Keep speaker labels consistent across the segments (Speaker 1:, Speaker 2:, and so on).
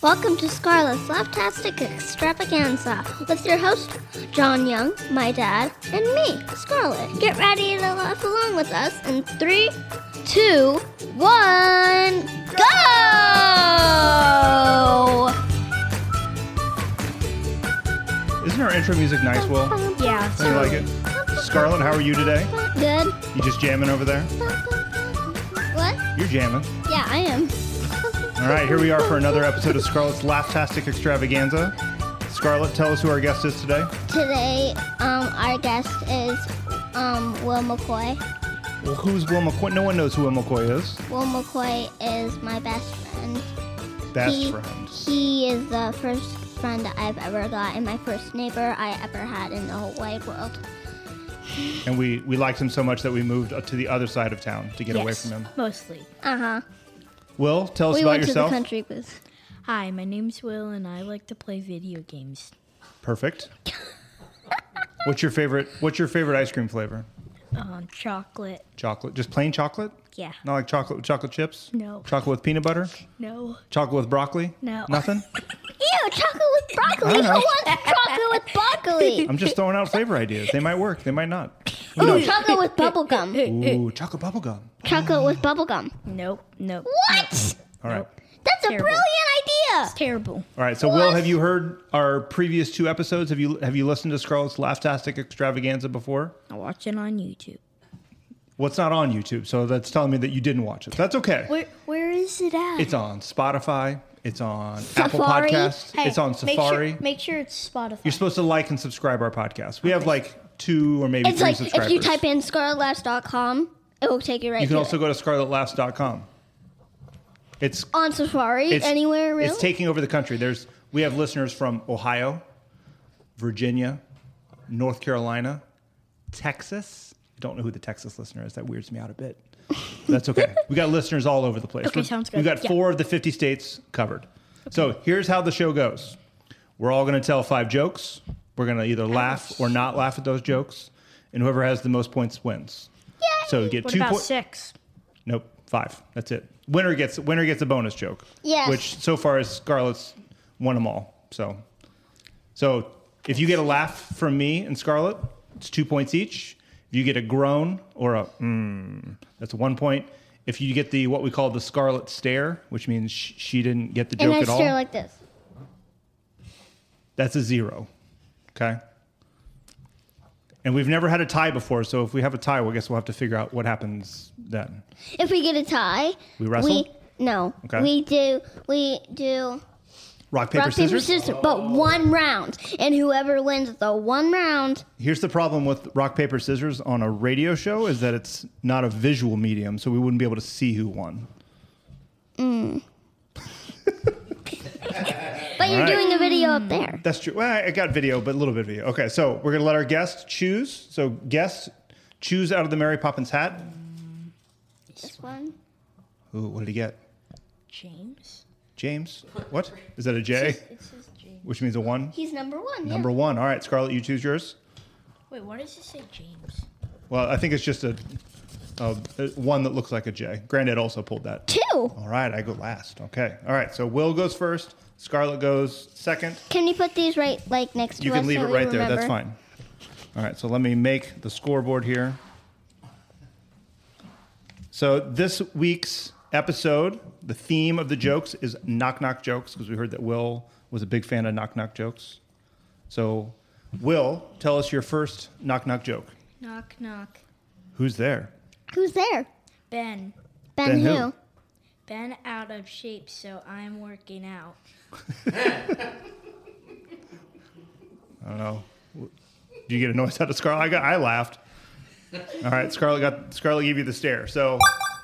Speaker 1: Welcome to Scarlet's Laughtastic Extravaganza with your host, John Young, my dad, and me, Scarlet. Get ready to laugh along with us in three, two, one, go!
Speaker 2: Isn't our intro music nice, Will?
Speaker 1: Yeah.
Speaker 2: You like it? Scarlett, how are you today?
Speaker 1: Good.
Speaker 2: You just jamming over there?
Speaker 1: What?
Speaker 2: You're jamming.
Speaker 1: Yeah, I am.
Speaker 2: All right, here we are for another episode of Scarlett's Laughtastic Extravaganza. Scarlett, tell us who our guest is today.
Speaker 1: Today, um, our guest is um, Will McCoy.
Speaker 2: Well, who's Will McCoy? No one knows who Will McCoy is.
Speaker 1: Will McCoy is my best friend.
Speaker 2: Best
Speaker 1: he,
Speaker 2: friend.
Speaker 1: He is the first friend I've ever got and my first neighbor I ever had in the whole wide world.
Speaker 2: And we, we liked him so much that we moved to the other side of town to get away
Speaker 3: Yes,
Speaker 2: from him.
Speaker 3: Mostly.
Speaker 1: Uh huh.
Speaker 2: Will, tell us
Speaker 1: We
Speaker 2: about
Speaker 1: went
Speaker 2: yourself.
Speaker 1: to the country booth.
Speaker 3: Hi, my name's Will, and I like to play video games.
Speaker 2: Perfect. what's your favorite What's your favorite ice cream flavor?
Speaker 3: Um, chocolate.
Speaker 2: Chocolate. Just plain chocolate?
Speaker 3: Yeah.
Speaker 2: Not like chocolate with chocolate chips?
Speaker 3: No.
Speaker 2: Chocolate with peanut butter?
Speaker 3: No.
Speaker 2: Chocolate with broccoli?
Speaker 3: No.
Speaker 2: Nothing?
Speaker 1: Ew, chocolate with broccoli.
Speaker 2: I
Speaker 1: Who
Speaker 2: don't know.
Speaker 1: wants chocolate with broccoli?
Speaker 2: I'm just throwing out flavor ideas. They might work. They might not. Who
Speaker 1: Ooh,
Speaker 2: knows?
Speaker 1: chocolate with bubblegum.
Speaker 2: Ooh, chocolate bubble gum.
Speaker 1: Chocolate with bubblegum.
Speaker 3: Nope. Nope.
Speaker 1: What?
Speaker 2: All right.
Speaker 1: That's a
Speaker 3: Terrible.
Speaker 1: brilliant idea.
Speaker 3: Terrible.
Speaker 2: All right. So, Will, have you heard our previous two episodes? Have you have you listened to Scarlett's Laughtastic Extravaganza before?
Speaker 3: I watch it on YouTube.
Speaker 2: Well, it's not on YouTube, so that's telling me that you didn't watch it. That's okay.
Speaker 3: Where Where is it at?
Speaker 2: It's on Spotify. It's on Apple
Speaker 1: Safari?
Speaker 2: Podcasts.
Speaker 4: Hey,
Speaker 2: it's on
Speaker 4: make sure-
Speaker 2: Safari.
Speaker 4: Make sure, it's Spotify.
Speaker 2: You're supposed to like and subscribe our podcast. We have like two or maybe
Speaker 1: It's
Speaker 2: three
Speaker 1: like
Speaker 2: subscribers.
Speaker 1: if you type in scarletlash.com, it will take you right
Speaker 2: You can
Speaker 1: to
Speaker 2: also
Speaker 1: it.
Speaker 2: go to scarlettlaughs.com. It's
Speaker 1: on Safari
Speaker 2: It's-
Speaker 1: anywhere, really.
Speaker 2: It's taking over the country. There's we have listeners from Ohio, Virginia, North Carolina, Texas. I don't know who the Texas listener is. That weirds me out a bit. That's okay. we got listeners all over the place.
Speaker 3: Okay,
Speaker 2: We're-
Speaker 3: sounds
Speaker 2: We
Speaker 3: good.
Speaker 2: got
Speaker 3: Yeah.
Speaker 2: four of the 50 states covered. So here's how the show goes. We're all going to tell five jokes. We're going to either laugh or not laugh at those jokes, and whoever has the most points wins. So you get
Speaker 3: what
Speaker 2: two
Speaker 3: about
Speaker 2: points.
Speaker 3: six?
Speaker 2: Nope, five. That's it. Winner gets winner gets a bonus joke.
Speaker 1: Yes.
Speaker 2: Which so far is Scarlett's won them all. So, so if you get a laugh from me and Scarlett, it's two points each. If you get a groan or a mm, that's one point. If you get the what we call the Scarlet stare, which means sh- she didn't get the joke
Speaker 1: and I
Speaker 2: at all,
Speaker 1: stare like this.
Speaker 2: that's a zero. Okay. And we've never had a tie before, so if we have a tie, well, I guess we'll have to figure out what happens then.
Speaker 1: If we get a tie,
Speaker 2: We wrestle?
Speaker 1: no,
Speaker 2: Okay.
Speaker 1: we do. We do rock
Speaker 2: Rock paper
Speaker 1: paper
Speaker 2: scissors.
Speaker 1: scissors, but one round, and whoever wins the one round.
Speaker 2: Here's the problem with rock paper scissors on a radio show is that it's not a visual medium, so we wouldn't be able to see who won.
Speaker 1: But you're
Speaker 2: All right.
Speaker 1: doing a video up there.
Speaker 2: That's true. Well, I got video, but a little bit of video. Okay, so we're gonna let our guests choose. So guests choose out of the Mary Poppins hat.
Speaker 1: This one.
Speaker 2: Ooh, what did he get?
Speaker 3: James.
Speaker 2: James. What is that? A J, which means a one.
Speaker 1: He's number one. yeah.
Speaker 2: Number one. All right, Scarlett, you choose yours.
Speaker 3: Wait, why does it say James?
Speaker 2: Well, I think it's just a, a, a one that looks like a J. Granddad also pulled that.
Speaker 1: two.
Speaker 2: All right, I go last. Okay. All right. So Will goes first. Scarlett goes second.
Speaker 1: Can you put these right like next
Speaker 2: You
Speaker 1: to us?
Speaker 2: can leave
Speaker 1: so
Speaker 2: it
Speaker 1: we
Speaker 2: right there. That's
Speaker 1: remember?
Speaker 2: fine. All right, so let me make the scoreboard here. So this week's episode, the theme of the jokes is knock knock jokes because we heard that Will was a big fan of knock knock jokes. So, Will, tell us your first knock knock joke.
Speaker 3: Knock knock.
Speaker 2: Who's there?
Speaker 1: Who's there?
Speaker 3: Ben.
Speaker 1: Ben,
Speaker 2: Ben
Speaker 1: who?
Speaker 2: who?
Speaker 3: Ben out of shape, so I'm working out.
Speaker 2: I don't know. Do you get a noise out of Scarlett? I got. I laughed. All right, Scarlett got. Scarlett gave you the stare. So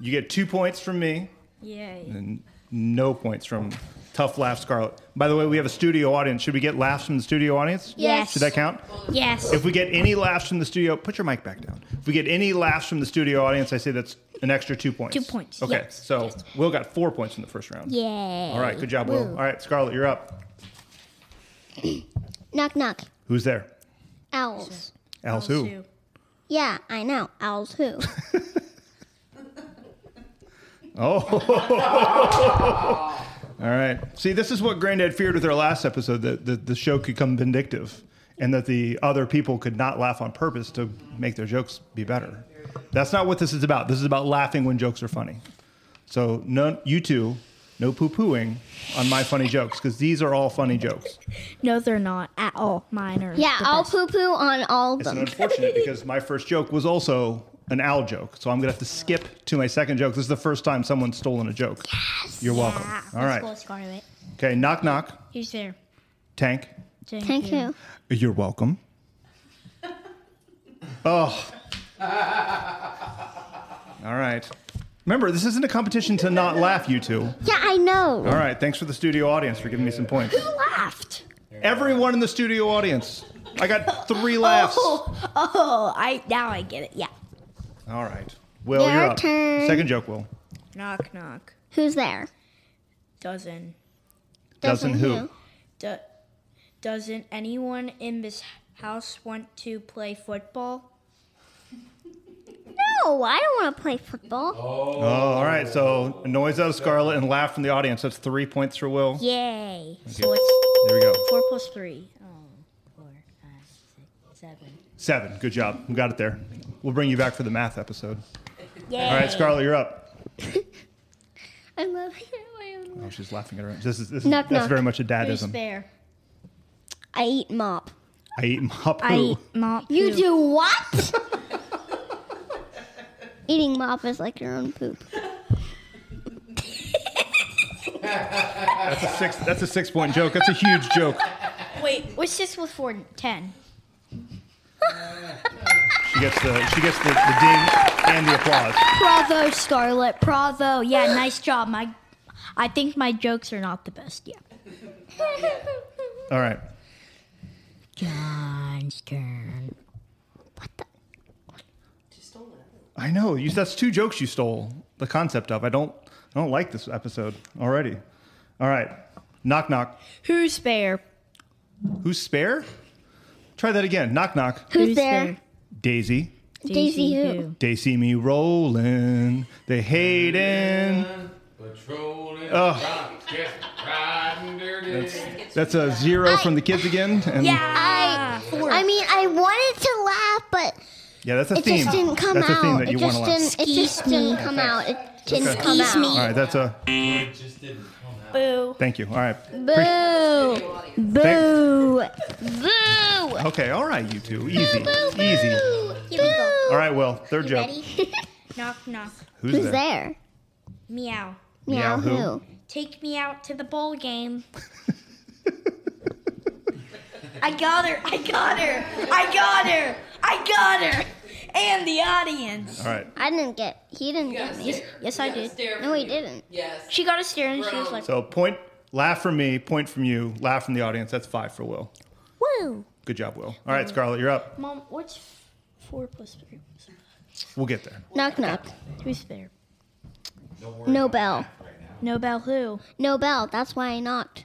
Speaker 2: you get two points from me.
Speaker 3: Yay.
Speaker 2: and no points from tough laugh scarlet by the way we have a studio audience should we get laughs from the studio audience
Speaker 1: Yes.
Speaker 2: should that count
Speaker 3: Yes.
Speaker 2: if we get any laughs from the studio put your mic back down if we get any laughs from the studio audience i say that's an extra two points
Speaker 3: Two points,
Speaker 2: okay
Speaker 3: yes,
Speaker 2: so will got four points in the first round
Speaker 1: Yay.
Speaker 2: all right good job will all right scarlet you're up
Speaker 1: Knock knock.
Speaker 2: who's there
Speaker 1: Owls.
Speaker 2: else who
Speaker 3: Sue.
Speaker 1: Yeah, I know. Owls who?
Speaker 2: oh All right. See, this is what Granddad feared with our last episode that the, the show could come vindictive and that the other people could not laugh on purpose to make their jokes be better. That's not what this is about. This is about laughing when jokes are funny. So, none, you two, no poo pooing on my funny jokes because these are all funny jokes.
Speaker 3: No, they're not at all. Mine are.
Speaker 1: Yeah,
Speaker 3: the
Speaker 1: I'll
Speaker 3: best.
Speaker 1: poo poo on all of
Speaker 2: It's
Speaker 1: them.
Speaker 2: unfortunate because my first joke was also an owl joke. So, I'm going to have to skip to my second joke. This is the first time someone's stolen a joke. Yes. You're welcome. All
Speaker 3: Let's
Speaker 2: right.
Speaker 3: go, Scarlet.
Speaker 2: Okay. Knock, knock.
Speaker 3: Who's there?
Speaker 2: Tank.
Speaker 3: Thank,
Speaker 1: Thank you.
Speaker 2: You're welcome. oh. All right. Remember, this isn't a competition to not laugh, you two.
Speaker 1: Yeah, I know.
Speaker 2: All right. Thanks for the studio audience for giving me some points.
Speaker 1: Who laughed?
Speaker 2: Everyone in the studio audience. I got three laughs. All
Speaker 3: Oh, oh, I now I get it. Yeah.
Speaker 2: right. Will,
Speaker 1: Your
Speaker 2: you're up.
Speaker 1: turn.
Speaker 2: Second joke, Will.
Speaker 3: Knock knock.
Speaker 1: Who's there?
Speaker 3: Doesn't
Speaker 2: Doesn't who?
Speaker 3: do, doesn't anyone in this house want to play football?
Speaker 1: No, I don't want to play football.
Speaker 2: Oh, all right. So, noise out of Scarlet and laugh from the audience. That's three points for Will.
Speaker 3: Yay! So it's
Speaker 2: There we go.
Speaker 3: four plus three. Oh, four, five, six, seven.
Speaker 2: Seven. Good job. We got it there. We'll bring you back for the math episode.
Speaker 3: Yay!
Speaker 2: All right, Scarlet, you're up.
Speaker 1: I love my own.
Speaker 2: Oh, she's laughing at her. This is, this is
Speaker 1: Knock,
Speaker 2: that's
Speaker 1: knock.
Speaker 2: very much a
Speaker 3: Who's
Speaker 2: dadism.
Speaker 3: there?
Speaker 1: I eat mop.
Speaker 2: I eat mop
Speaker 3: I
Speaker 2: poo.
Speaker 3: eat mop.
Speaker 1: You
Speaker 3: poo.
Speaker 1: do what? Eating mop is like your own poop.
Speaker 2: That's a six. That's a six point joke. That's a huge joke.
Speaker 3: Wait, what's this with four and ten?
Speaker 2: She gets the she gets the, the ding and the applause.
Speaker 3: Bravo, Scarlet. Bravo. Yeah, nice job. My, I think my jokes are not the best. Yeah.
Speaker 2: All right.
Speaker 3: John's turn.
Speaker 2: I know. You, that's two jokes you stole the concept of. I don't I don't like this episode already. All right. Knock knock.
Speaker 3: Who's there?
Speaker 2: Who's spare? Try that again. Knock knock.
Speaker 1: Who's, there?
Speaker 2: Daisy.
Speaker 1: Daisy who?
Speaker 2: They see me rolling. They hating.
Speaker 4: Patrolling,
Speaker 2: Ugh.
Speaker 4: drunk, just riding dirty.
Speaker 2: That's a zero from the kids again. And
Speaker 3: Yeah.
Speaker 1: I, I mean, I wanted to laugh, but
Speaker 2: yeah, that's a
Speaker 1: it
Speaker 2: theme.
Speaker 1: just didn't come
Speaker 2: that's
Speaker 1: out.
Speaker 2: a theme that you
Speaker 1: it
Speaker 2: want to
Speaker 1: just
Speaker 2: laugh.
Speaker 1: didn't. It just didn't come out. It didn't
Speaker 2: Okay.
Speaker 1: come out.
Speaker 2: All right, that's a
Speaker 4: It just didn't come out.
Speaker 3: Boo.
Speaker 2: thank you. All right.
Speaker 1: Boo! Boo! Boo!
Speaker 2: Okay, all right, you two. Easy.
Speaker 1: Boo!
Speaker 2: Easy.
Speaker 1: Boo!
Speaker 2: All right, Will. Third joke.
Speaker 3: Knock knock.
Speaker 2: Who's,
Speaker 1: Who's there?
Speaker 3: Meow.
Speaker 1: Meow
Speaker 2: Meow who?
Speaker 1: who?
Speaker 3: Take me out to the bowl game. I got her. I got her. I got her. I got her. And the audience.
Speaker 2: All right.
Speaker 1: I didn't get. He didn't
Speaker 5: You got
Speaker 1: get
Speaker 5: a
Speaker 1: me.
Speaker 5: stare.
Speaker 3: yes,
Speaker 5: You
Speaker 3: I
Speaker 5: got a
Speaker 3: did.
Speaker 5: stare
Speaker 1: No,
Speaker 5: from
Speaker 1: he
Speaker 5: you.
Speaker 1: didn't.
Speaker 5: Yes.
Speaker 3: She got a stare and she was like,
Speaker 2: So point laugh from me, point from you, laugh from the audience. That's five for Will.
Speaker 3: "Whoa,
Speaker 2: Good job, Will. All
Speaker 1: Mm.
Speaker 2: right, Scarlett, you're up.
Speaker 3: mom, what's f- four plus three?
Speaker 2: We'll get there.
Speaker 1: Knock knock.
Speaker 3: Who's there?
Speaker 1: No bell.
Speaker 3: Nobel who?
Speaker 1: No bell. That's why I knocked.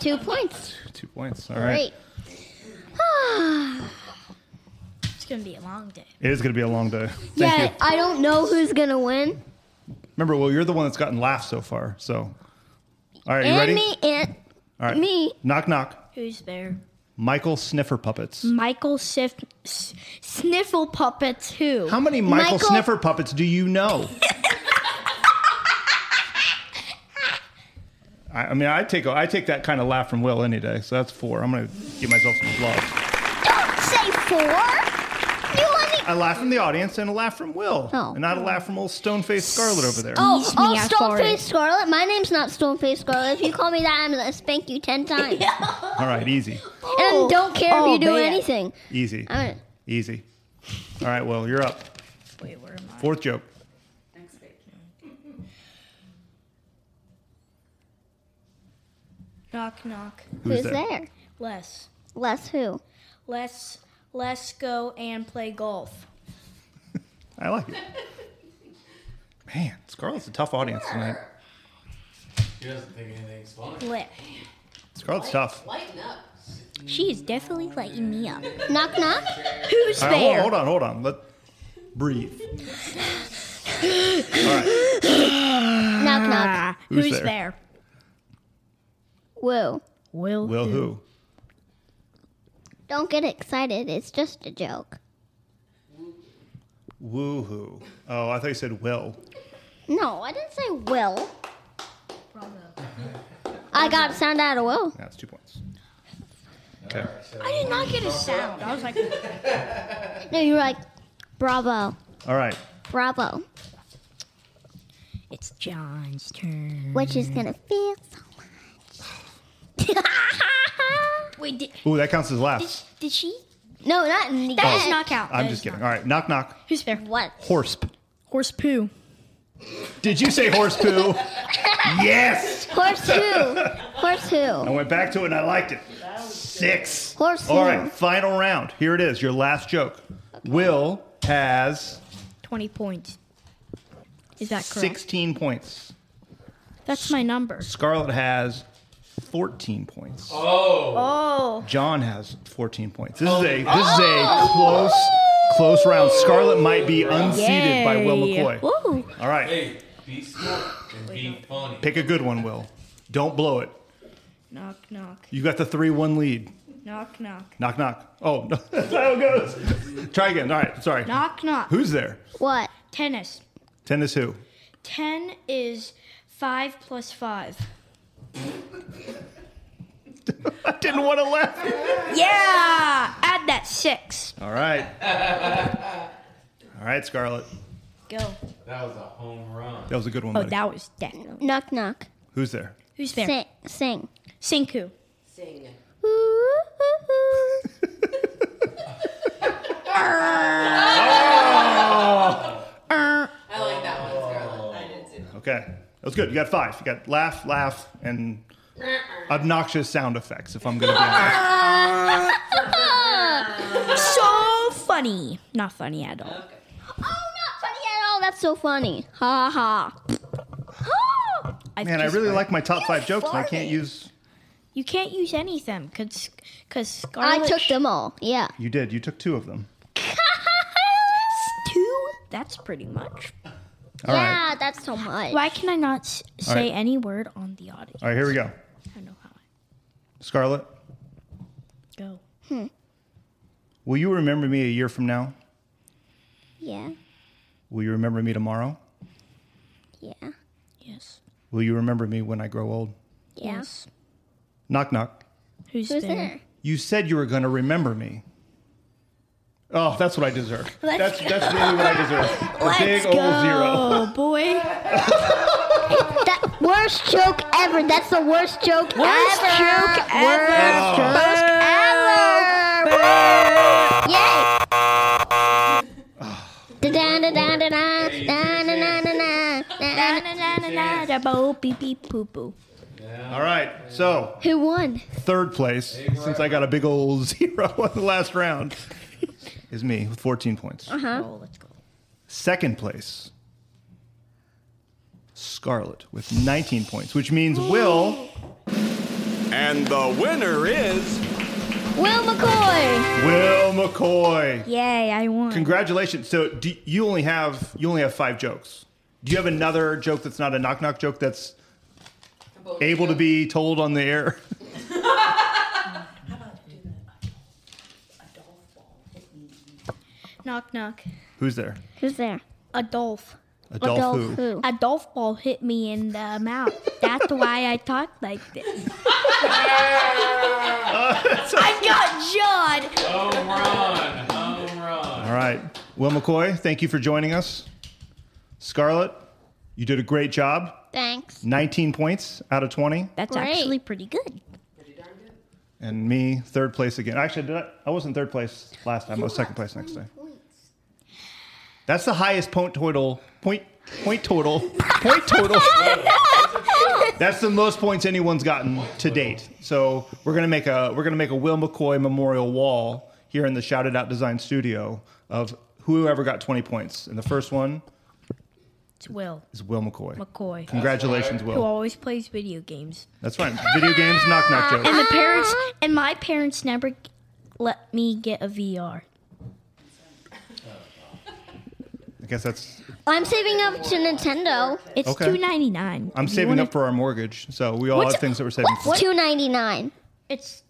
Speaker 1: Two points.
Speaker 2: Two points. All right.
Speaker 1: Great.
Speaker 3: It's gonna be a long day.
Speaker 2: It is going to be a long day. Thank
Speaker 1: yeah,
Speaker 2: you.
Speaker 1: I don't know who's gonna win.
Speaker 2: Remember, Will, you're the one that's gotten laughs so far. So, all right, you
Speaker 1: and
Speaker 2: ready?
Speaker 1: me and
Speaker 2: all right.
Speaker 1: me.
Speaker 2: Knock knock.
Speaker 3: Who's there?
Speaker 2: Michael Sniffer puppets.
Speaker 3: Michael Sif- S- Sniffle Puppets who?
Speaker 2: How many Michael,
Speaker 1: Michael-
Speaker 2: Sniffer puppets do you know? I, I mean, I take I take that kind of laugh from Will any day. So that's four. I'm gonna give myself some applause.
Speaker 1: Don't say four. You only.
Speaker 2: A laugh from the audience and a laugh from Will,
Speaker 1: Oh.
Speaker 2: and not a laugh from old stone faced Scarlet over there.
Speaker 1: Oh,
Speaker 3: Tease me,
Speaker 1: oh,
Speaker 3: I
Speaker 1: Stoneface Scarlet. My name's not Stoneface Scarlet. If you call me that, I'm gonna spank you ten times.
Speaker 2: All right, easy,
Speaker 1: And don't care
Speaker 3: Oh,
Speaker 1: if you do
Speaker 3: man.
Speaker 1: anything.
Speaker 2: easy,
Speaker 1: I'm gonna,
Speaker 2: easy. All right, Will, you're up.
Speaker 3: Wait, where am I?
Speaker 2: Fourth joke.
Speaker 3: Knock knock.
Speaker 1: who's
Speaker 2: Who's
Speaker 1: there?
Speaker 2: there?
Speaker 3: Les,
Speaker 1: Less who?
Speaker 3: let's let's go and play golf.
Speaker 2: I like it. Man, Scarlet's a tough audience tonight.
Speaker 4: She doesn't think anything's funny.
Speaker 3: Lit.
Speaker 2: Scarlet's tough.
Speaker 5: Lighten up.
Speaker 3: She is definitely lighting me up.
Speaker 1: Knock knock.
Speaker 3: Who's
Speaker 2: All right, hold,
Speaker 3: there?
Speaker 2: hold on, hold on. Let breathe.
Speaker 1: Knock, knock.
Speaker 2: Who's
Speaker 3: Uh, Who's
Speaker 2: there?
Speaker 3: there?
Speaker 1: Woo.
Speaker 3: Will.
Speaker 2: Will who?
Speaker 1: Don't get excited. It's just a joke.
Speaker 2: Woo hoo. Oh, I thought you said will.
Speaker 1: No, I didn't say will. I got sound out of will.
Speaker 2: That's two points.
Speaker 3: I did not get a sound. I was like,
Speaker 1: No, you're like, bravo,
Speaker 2: All right.
Speaker 1: bravo,
Speaker 3: it's John's turn.
Speaker 1: which is gonna feel so much.
Speaker 3: Wait, did,
Speaker 2: Ooh, that counts as
Speaker 3: did,
Speaker 2: laughs.
Speaker 3: did she?
Speaker 1: no, not in the
Speaker 3: That
Speaker 1: end.
Speaker 3: is knockout.
Speaker 2: I'm
Speaker 3: That
Speaker 2: just
Speaker 3: is
Speaker 2: kidding.
Speaker 3: knock-
Speaker 2: All right. Knock, knock.
Speaker 3: Who's there?
Speaker 1: What?
Speaker 2: Horsep.
Speaker 3: Horse poo.
Speaker 2: Did you say horse poo? yes.
Speaker 1: Horse who? Horse
Speaker 2: I
Speaker 1: who?
Speaker 2: went back to it and I liked it. Six.
Speaker 1: Horse who?
Speaker 2: All right. Final round. Here it is. Your last joke. Will has
Speaker 3: 20 points. Is that correct?
Speaker 2: 16 points.
Speaker 3: That's my number.
Speaker 2: Scarlett has 14 points.
Speaker 4: Oh.
Speaker 3: Oh.
Speaker 2: John has 14 points. This is a this is a close close round. Scarlett might be unseated by Will
Speaker 3: Yay.
Speaker 2: McCoy.
Speaker 3: Woo.
Speaker 2: All right.
Speaker 4: Hey, be smart and be funny.
Speaker 2: Pick a good one, Will. Don't blow it.
Speaker 3: Knock, knock.
Speaker 2: You got the 3-1 lead.
Speaker 3: Knock, knock.
Speaker 2: Knock knock. Oh, no. That's how it goes. Try again. All right. Sorry.
Speaker 3: Knock, knock.
Speaker 2: Who's there?
Speaker 1: What?
Speaker 3: Tennis.
Speaker 2: Tennis who?
Speaker 3: 10 is 5 plus 5.
Speaker 2: I didn't want to laugh.
Speaker 3: Yeah! Add that 6.
Speaker 2: All right. All right, Scarlett.
Speaker 3: Go.
Speaker 4: That was a home run.
Speaker 2: That was a good one,
Speaker 3: Oh,
Speaker 2: buddy.
Speaker 3: that was definitely.
Speaker 1: Knock, knock.
Speaker 2: Who's there?
Speaker 3: Who's there?
Speaker 1: Sing, sing. Oh,
Speaker 3: Sinku.
Speaker 5: Sing. I like that one, Scarlett. I did too.
Speaker 2: Okay. That was good. You got five. You got laugh, laugh, and obnoxious sound effects, if I'm going to be honest.
Speaker 3: So funny. Not funny at all.
Speaker 1: Oh, not funny at all. That's so funny. Ha ha.
Speaker 3: I've
Speaker 2: Man, I
Speaker 3: just-
Speaker 2: really like my top five jokes, and I
Speaker 1: farted.
Speaker 2: can't use.
Speaker 3: You can't use any of them because because Scarlet.
Speaker 1: I took them all. Yeah.
Speaker 2: You did. You took two of them.
Speaker 3: two. That's pretty much.
Speaker 2: All right.
Speaker 1: yeah, that's so much.
Speaker 3: Why can I not s-
Speaker 2: All
Speaker 3: say
Speaker 2: right.
Speaker 3: any word on the audience?
Speaker 2: All right, here we go.
Speaker 3: I don't know how. I
Speaker 2: Scarlett,
Speaker 3: go.
Speaker 2: will you remember me a year from now?
Speaker 1: Yeah.
Speaker 2: Will you remember me tomorrow?
Speaker 1: Yeah.
Speaker 3: Yes.
Speaker 2: Will you remember me when I grow old?
Speaker 1: Yeah.
Speaker 3: Yes.
Speaker 2: Knock, knock.
Speaker 3: Who's,
Speaker 1: Who's
Speaker 3: there?
Speaker 1: there?
Speaker 2: You said you were going to remember me. Oh, that's what I deserve. that's that's really what I deserve. The big
Speaker 3: Let's go,
Speaker 2: old zero.
Speaker 3: Oh, boy.
Speaker 1: That worst joke ever. That's the worst joke worst ever. Joke
Speaker 3: ever.
Speaker 1: Worst joke ever. Woo! Yay! Da da da da da da da da da da.
Speaker 3: Na, na, na, na, na, da, bo, beep, beep, poo, poo.
Speaker 2: All right. So,
Speaker 1: Who won?
Speaker 2: third place, since I got a big old zero on the last round, is me with 14 points.
Speaker 3: Oh, let's go.
Speaker 2: Second place, Scarlet with 19 points, which means Will
Speaker 6: And the winner is.
Speaker 1: Will McCoy.
Speaker 2: Will McCoy.
Speaker 3: Yay, I won.
Speaker 2: Congratulations. So do you only have you only have five jokes. Do you have another joke that's not a knock knock joke that's able to be told on the air?
Speaker 3: knock, knock.
Speaker 2: Who's there?
Speaker 1: Who's there?
Speaker 3: Adolf.
Speaker 2: Adolf who?
Speaker 1: I-
Speaker 3: A golf ball hit me in the mouth. That's why I talk like this. I got John.
Speaker 4: Home run. Home run.
Speaker 2: All right. Will McCoy, thank you for joining us. Scarlett, you did a great job.
Speaker 1: Thanks.
Speaker 2: 19 points out of 20.
Speaker 3: That's
Speaker 1: Great.
Speaker 3: actually pretty good.
Speaker 5: Pretty darn good.
Speaker 2: And me, third place again. Actually, did I, I was in third place last time. I was second place next time. That's the highest point total. Point, point total. Point total. That's the most points anyone's gotten to date. So we're gonna make a we're gonna make a Will McCoy memorial wall here in the Shouted Out Design Studio of whoever got 20 points. And the first one
Speaker 3: It's Will
Speaker 2: is Will McCoy.
Speaker 3: McCoy,
Speaker 2: Congratulations,
Speaker 3: who
Speaker 2: Will.
Speaker 3: always plays video games.
Speaker 2: That's right. Video games, knock knock jokes.
Speaker 3: And the parents and my parents never g- let me get a VR.
Speaker 2: guess that's.
Speaker 1: I'm saving up to Nintendo.
Speaker 3: It's
Speaker 2: Okay.
Speaker 3: two ninety nine.
Speaker 2: I'm saving up for our mortgage, so we all have things that we're saving for.
Speaker 1: What's two ninety nine?
Speaker 3: It's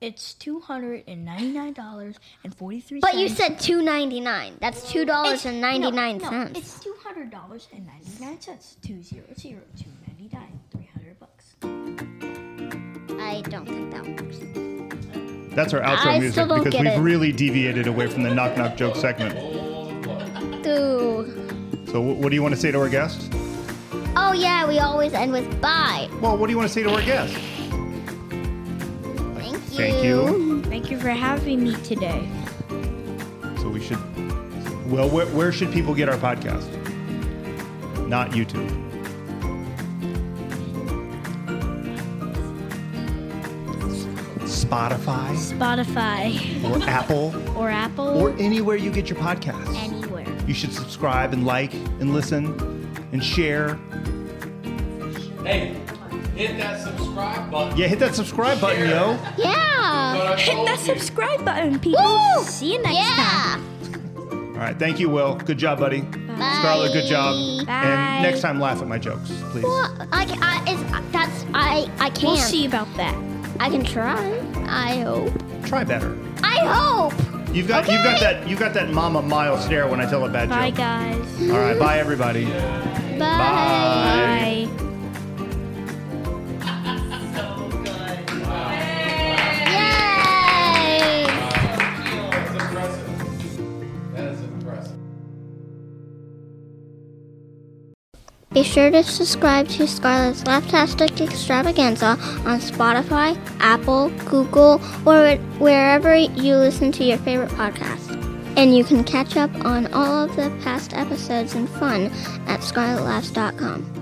Speaker 3: it's two hundred and ninety nine dollars and forty three.
Speaker 1: But you said two ninety nine. That's two dollars and ninety nine
Speaker 3: no,
Speaker 1: cents.
Speaker 3: No, it's two hundred dollars and ninety nine cents. Two zero zero two ninety nine. Three hundred bucks.
Speaker 1: I don't think that works.
Speaker 2: That's our outro
Speaker 1: I
Speaker 2: music
Speaker 1: still don't
Speaker 2: because
Speaker 1: get
Speaker 2: we've
Speaker 1: it.
Speaker 2: really deviated away from the knock knock joke segment.
Speaker 1: Ooh.
Speaker 2: So, wh- what do you want to say to our guest?
Speaker 1: Oh yeah, we always end with bye.
Speaker 2: Well, what do you want to say to our guest?
Speaker 1: Thank you.
Speaker 2: Thank you.
Speaker 3: Thank you for having me today.
Speaker 2: So we should. Well, where, where should people get our podcast? Not YouTube. Spotify
Speaker 3: Spotify
Speaker 2: or Apple
Speaker 3: or Apple
Speaker 2: or anywhere you get your podcasts.
Speaker 3: anywhere.
Speaker 2: You should subscribe and like and listen and share.
Speaker 4: Hey, hit that subscribe button.
Speaker 2: Yeah, hit that subscribe button, yo.
Speaker 1: Yeah.
Speaker 4: But I
Speaker 3: Hit
Speaker 4: told
Speaker 3: that
Speaker 4: you.
Speaker 3: subscribe button, people.
Speaker 1: Woo!
Speaker 3: See you next
Speaker 1: Yeah.
Speaker 2: All right, thank you, Will. Good job, buddy.
Speaker 1: Bye.
Speaker 2: Scarlett, good job.
Speaker 3: Bye.
Speaker 2: And next time, laugh at my jokes, please.
Speaker 1: Well, I, ca- I, it's, that's I I can.
Speaker 3: We'll see about that.
Speaker 1: I can try. I hope.
Speaker 2: Try better.
Speaker 1: I hope.
Speaker 2: You've got you've got
Speaker 1: Okay.
Speaker 2: that you've got that mama mile stare when I tell a bad
Speaker 3: Bye,
Speaker 2: joke.
Speaker 3: guys.
Speaker 2: All right, bye everybody.
Speaker 1: Bye.
Speaker 3: Bye.
Speaker 1: Yay.
Speaker 4: That's impressive. That is impressive.
Speaker 1: Be sure to subscribe to Scarlett's Laughtastic Extravaganza on Spotify, Apple, Google, or wh- wherever you listen to your favorite podcast. And you can catch up on all of the past episodes and fun at scarlettlaughs.com.